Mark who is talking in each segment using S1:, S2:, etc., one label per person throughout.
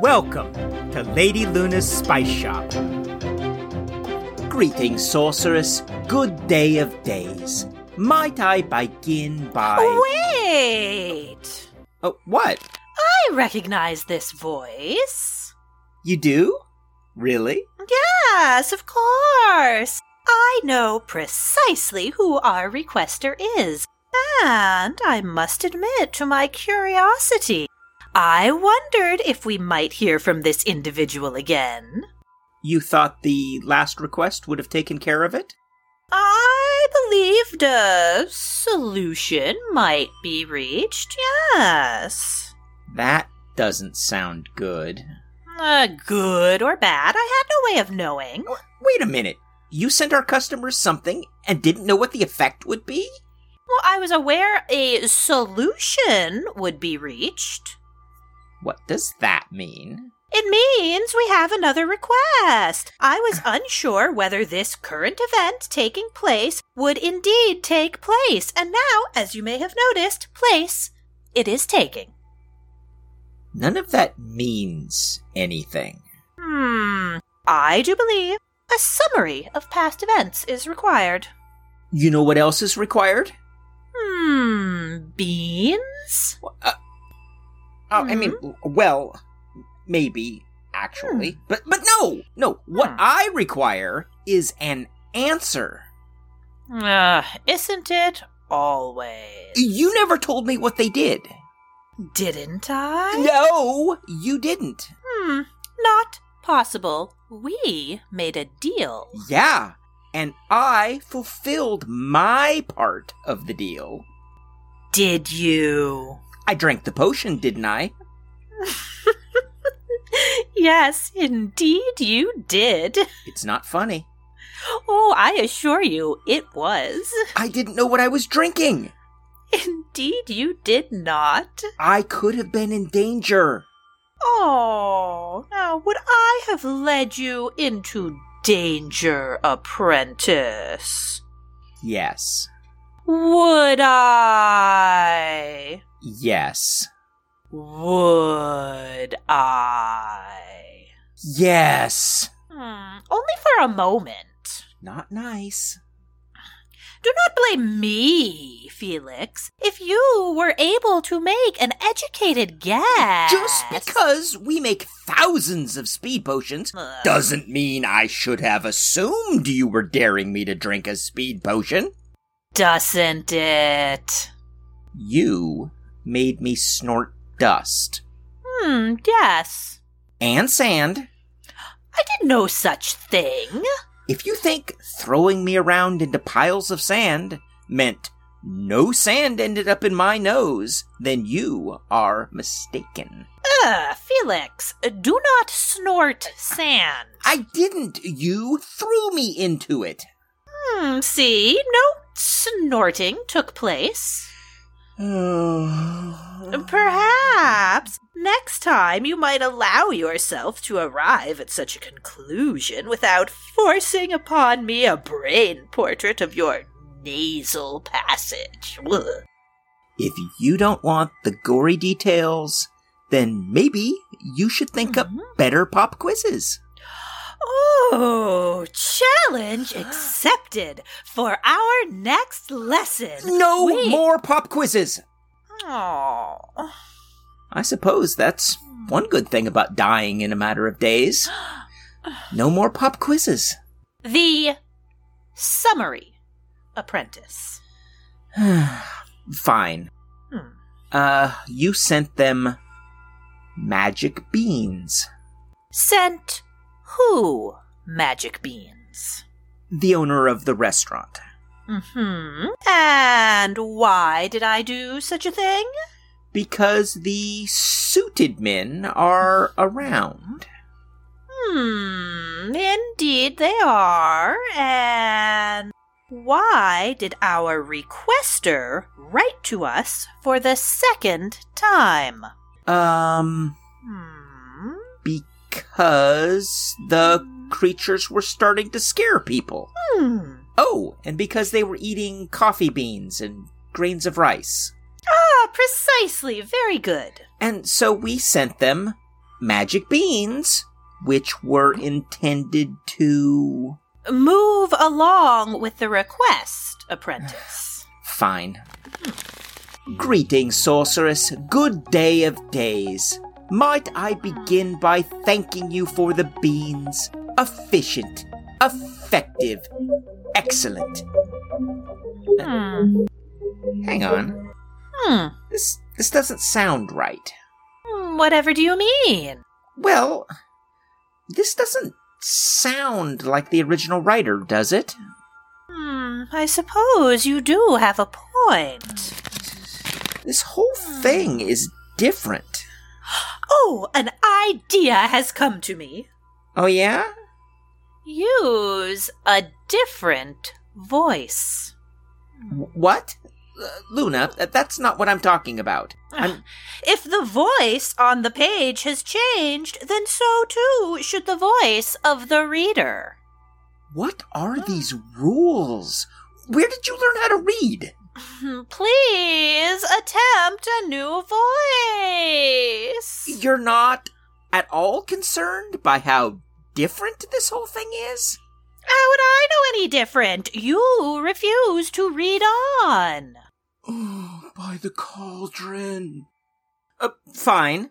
S1: Welcome to Lady Luna's Spice Shop. Greetings, sorceress. Good day of days. Might I begin by.
S2: Oh, Wait!
S1: Oh, what?
S2: I recognize this voice.
S1: You do? Really?
S2: Yes, of course. I know precisely who our requester is. And I must admit to my curiosity, I wondered if we might hear from this individual again.
S1: You thought the last request would have taken care of it?
S2: I believed a solution might be reached, yes.
S1: That doesn't sound good.
S2: Uh, good or bad, I had no way of knowing.
S1: Wait a minute. You sent our customers something and didn't know what the effect would be?
S2: Well, I was aware a solution would be reached.
S1: What does that mean?
S2: It means we have another request. I was unsure whether this current event taking place would indeed take place, and now, as you may have noticed, place it is taking.
S1: None of that means anything.
S2: Hmm, I do believe a summary of past events is required.
S1: You know what else is required?
S2: Hmm, beans?
S1: Uh, oh, I mean, well, maybe actually, but but no, no. What
S2: Hmm.
S1: I require is an answer.
S2: Uh, isn't it always?
S1: You never told me what they did.
S2: Didn't I?
S1: No, you didn't.
S2: Hmm, not possible. We made a deal.
S1: Yeah, and I fulfilled my part of the deal.
S2: Did you?
S1: I drank the potion, didn't I?
S2: yes, indeed you did.
S1: It's not funny.
S2: Oh, I assure you, it was.
S1: I didn't know what I was drinking.
S2: Indeed you did not.
S1: I could have been in danger.
S2: Oh, now would I have led you into danger, apprentice?
S1: Yes.
S2: Would I?
S1: Yes.
S2: Would I?
S1: Yes.
S2: Hmm, only for a moment.
S1: Not nice.
S2: Do not blame me, Felix. If you were able to make an educated guess.
S1: Just because we make thousands of speed potions
S2: Ugh.
S1: doesn't mean I should have assumed you were daring me to drink a speed potion.
S2: Doesn't it?
S1: You made me snort dust
S2: Hmm, yes.
S1: and sand.
S2: I did no such thing.
S1: If you think throwing me around into piles of sand meant no sand ended up in my nose, then you are mistaken.
S2: Ugh, Felix, do not snort sand.
S1: I didn't. You threw me into it.
S2: Hmm, see, no snorting took place. Perhaps next time you might allow yourself to arrive at such a conclusion without forcing upon me a brain portrait of your nasal passage. Ugh.
S1: If you don't want the gory details, then maybe you should think up
S2: Mhm.
S1: better pop quizzes.
S2: Oh, challenge accepted for our next lesson.
S1: No
S2: Wait.
S1: more pop quizzes.
S2: Aw.
S1: I suppose that's one good thing about dying in a matter of days. No more pop quizzes.
S2: The summary apprentice.
S1: Fine.
S2: Hmm.
S1: Uh, you sent them magic beans.
S2: Sent who magic beans?
S1: The owner of the restaurant.
S2: Hmm. And why did I do such a thing?
S1: Because the suited men are around.
S2: Hmm. Indeed, they are. And why did our requester write to us for the second time?
S1: Um,
S2: Hmm.
S1: because the creatures were starting to scare people.
S2: Hmm.
S1: Oh, and because they were eating coffee beans and grains of rice.
S2: Ah, precisely. Very good.
S1: And so we sent them magic beans, which were intended to.
S2: Move along with the request, apprentice.
S1: Fine. Greetings, sorceress. Good day of days. Might I begin by thanking you for the beans? Efficient, effective, excellent.
S2: Hmm.
S1: Hang on.
S2: Hmm.
S1: This this doesn't sound right.
S2: Hmm, Whatever do you mean?
S1: Well, this doesn't sound like the original writer, does it?
S2: Hmm. I suppose you do have a point.
S1: This whole thing is different.
S2: Oh, an idea has come to me.
S1: Oh yeah?
S2: Use a different voice.
S1: Wh- What? Uh, Luna, th- that's not what I'm talking about. I'm-
S2: If the voice on the page has changed, then so too should the voice of the reader.
S1: What are these rules? Where did you learn how to read?
S2: Please attempt a new voice.
S1: You're not at all concerned by how different this whole thing is?
S2: How would I know any different? You refuse to read on.
S1: Oh, by the cauldron. Uh, fine.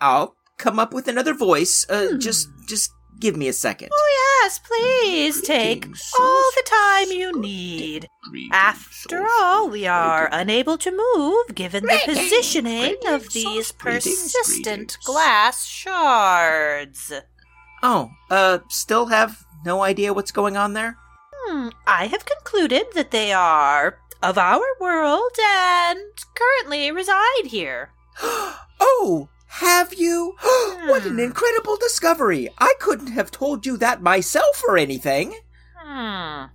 S1: I'll come up with another voice. Uh,
S2: Hmm.
S1: Just, just give me a second.
S2: Oh, yes, please take
S1: Greetings,
S2: all the
S1: sorceress.
S2: time you
S1: Good
S2: need.
S1: Greetings,
S2: After
S1: sorceress.
S2: all, we are
S1: Greetings.
S2: unable to move given the
S1: Greetings,
S2: positioning of
S1: greetings,
S2: these
S1: greetings,
S2: persistent
S1: greetings.
S2: glass shards.
S1: Oh, uh, still have no idea what's going on there?
S2: Hmm, I have concluded that they are of our world and currently reside here.
S1: oh, have you? what an
S2: Hmm.
S1: incredible discovery! I couldn't have told you that myself or anything.
S2: Hmm.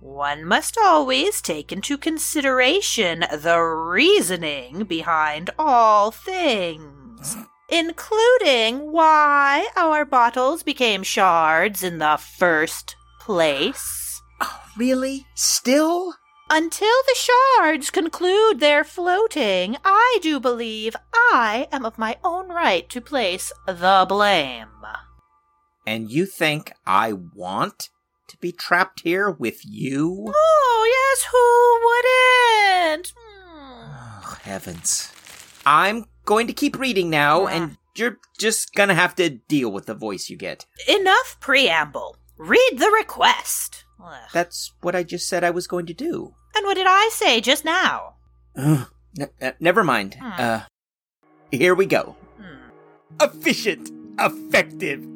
S2: One must always take into consideration the reasoning behind all things, including why our bottles became shards in the first place.
S1: Oh, really? Still?
S2: Until the shards conclude their floating, I do believe I am of my own right to place the blame.
S1: And you think I want to be trapped here with you?
S2: Oh, yes, who wouldn't? Hmm.
S1: Oh, heavens. I'm going to keep reading now, and you're just gonna have to deal with the voice you get.
S2: Enough preamble. Read the request. Ugh.
S1: That's what I just said I was going to do.
S2: And what did I say just now?
S1: Ugh. N- uh, never mind.
S2: Hmm.
S1: Uh, here we go.
S2: Hmm.
S1: Efficient, effective,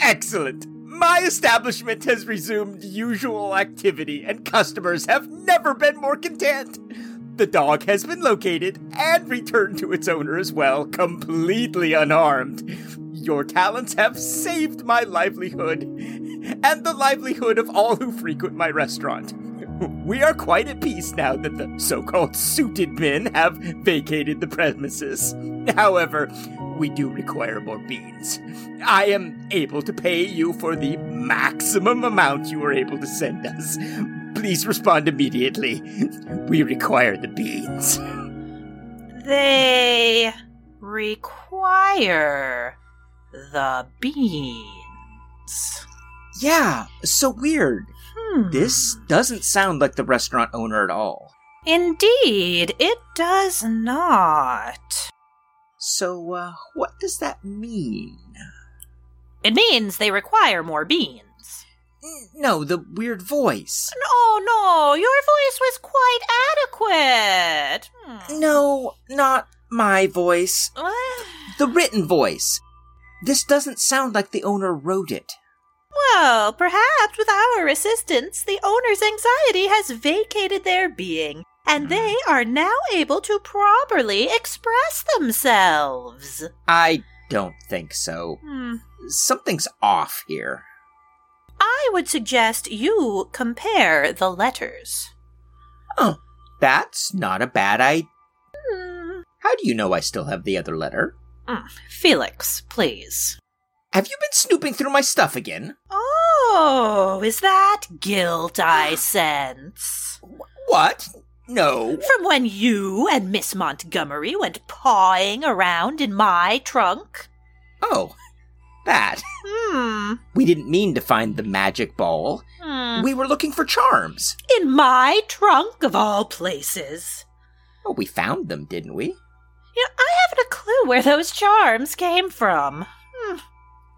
S1: excellent. My establishment has resumed usual activity, and customers have never been more content. The dog has been located and returned to its owner as well, completely unharmed. Your talents have saved my livelihood and the livelihood of all who frequent my restaurant. We are quite at peace now that the so called suited men have vacated the premises. However, we do require more beans. I am able to pay you for the maximum amount you were able to send us. Please respond immediately. We require the beans.
S2: They require the beans.
S1: Yeah, so weird.
S2: Hmm.
S1: This doesn't sound like the restaurant owner at all.
S2: Indeed, it does not.
S1: So, uh, what does that mean?
S2: It means they require more beans.
S1: N- No, the weird voice.
S2: No, no, your voice was quite adequate. Hmm.
S1: No, not my voice. The written voice. This doesn't sound like the owner wrote it.
S2: Well, Oh, perhaps with our assistance, the owner's anxiety has vacated their being, and they are now able to properly express themselves.
S1: I don't think so.
S2: Hmm.
S1: Something's off here.
S2: I would suggest you compare the letters.
S1: That's not a bad idea.
S2: Hmm.
S1: How do you know I still have the other letter?
S2: Mm, Felix, please.
S1: Have you been snooping through my stuff again?
S2: Oh, is that guilt I sense?
S1: What? No.
S2: From when you and Miss Montgomery went pawing around in my trunk?
S1: Oh, that.
S2: Hmm.
S1: We didn't mean to find the magic ball.
S2: Hmm.
S1: We were looking for charms.
S2: In my trunk, of all places.
S1: Oh, we found them, didn't we?
S2: You know, I haven't a clue where those charms came from.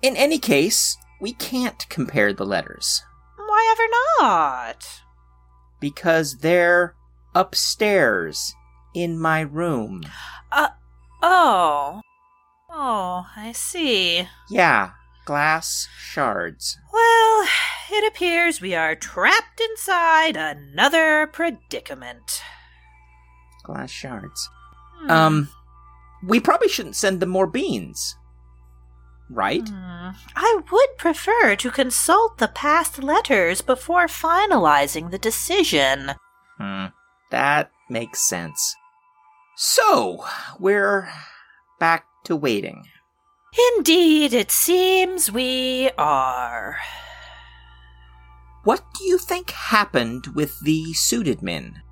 S1: In any case, we can't compare the letters
S2: Why ever not?
S1: because they're upstairs in my room.
S2: Oh. Oh, I see.
S1: Yeah, glass shards.
S2: Well, it appears we are trapped inside another predicament.
S1: Glass shards.
S2: Hmm.
S1: Um, we probably shouldn't send them more beans. Right?
S2: Hmm. I would prefer to consult the past letters before finalizing the decision.
S1: Hmm. That makes sense. So, we're back to waiting.
S2: Indeed, it seems we are.
S1: What do you think happened with the suited men?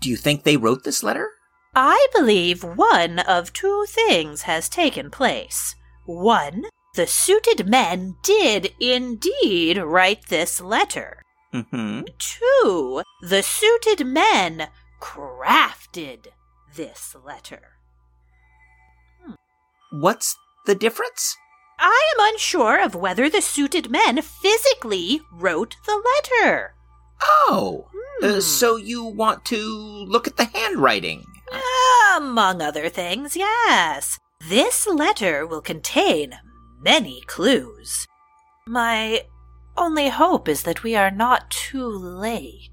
S1: Do you think they wrote this letter?
S2: I believe one of two things has taken place. One, the suited men did indeed write this letter.
S1: Mm-hmm.
S2: Two, the suited men crafted this letter.
S1: What's the difference?
S2: I am unsure of whether the suited men physically wrote the letter.
S1: Oh,
S2: Hmm.
S1: uh, so you want to look at the handwriting?
S2: Among other things, yes. This letter will contain many clues. My only hope is that we are not too late.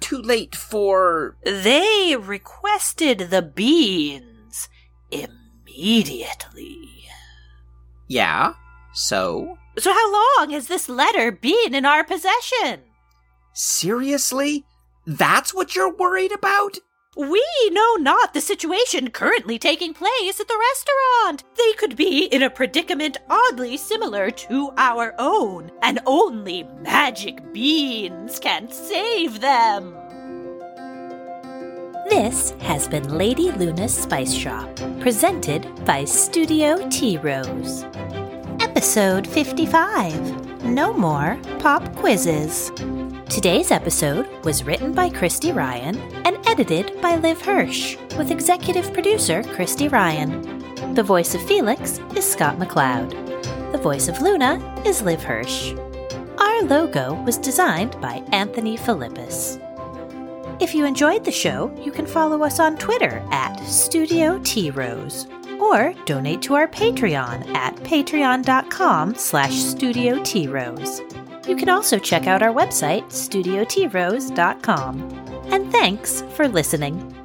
S1: Too late for.
S2: They requested the beans immediately.
S1: Yeah, so?
S2: So, how long has this letter been in our possession?
S1: Seriously? That's what you're worried about?
S2: We know not the situation currently taking place at the restaurant. They could be in a predicament oddly similar to our own, and only magic beans can save them.
S3: This has been Lady Luna's Spice Shop, presented by Studio Tea Rose.
S2: Episode 55 No More Pop Quizzes.
S3: Today's episode was written by Christy Ryan and edited by Liv Hirsch, with executive producer Christy Ryan. The voice of Felix is Scott McLeod. The voice of Luna is Liv Hirsch. Our logo was designed by Anthony Philippus. If you enjoyed the show, you can follow us on Twitter at Studio T Rose or donate to our Patreon at patreon.com slash Studio T Rose. You can also check out our website, studiotrose.com. And thanks for listening.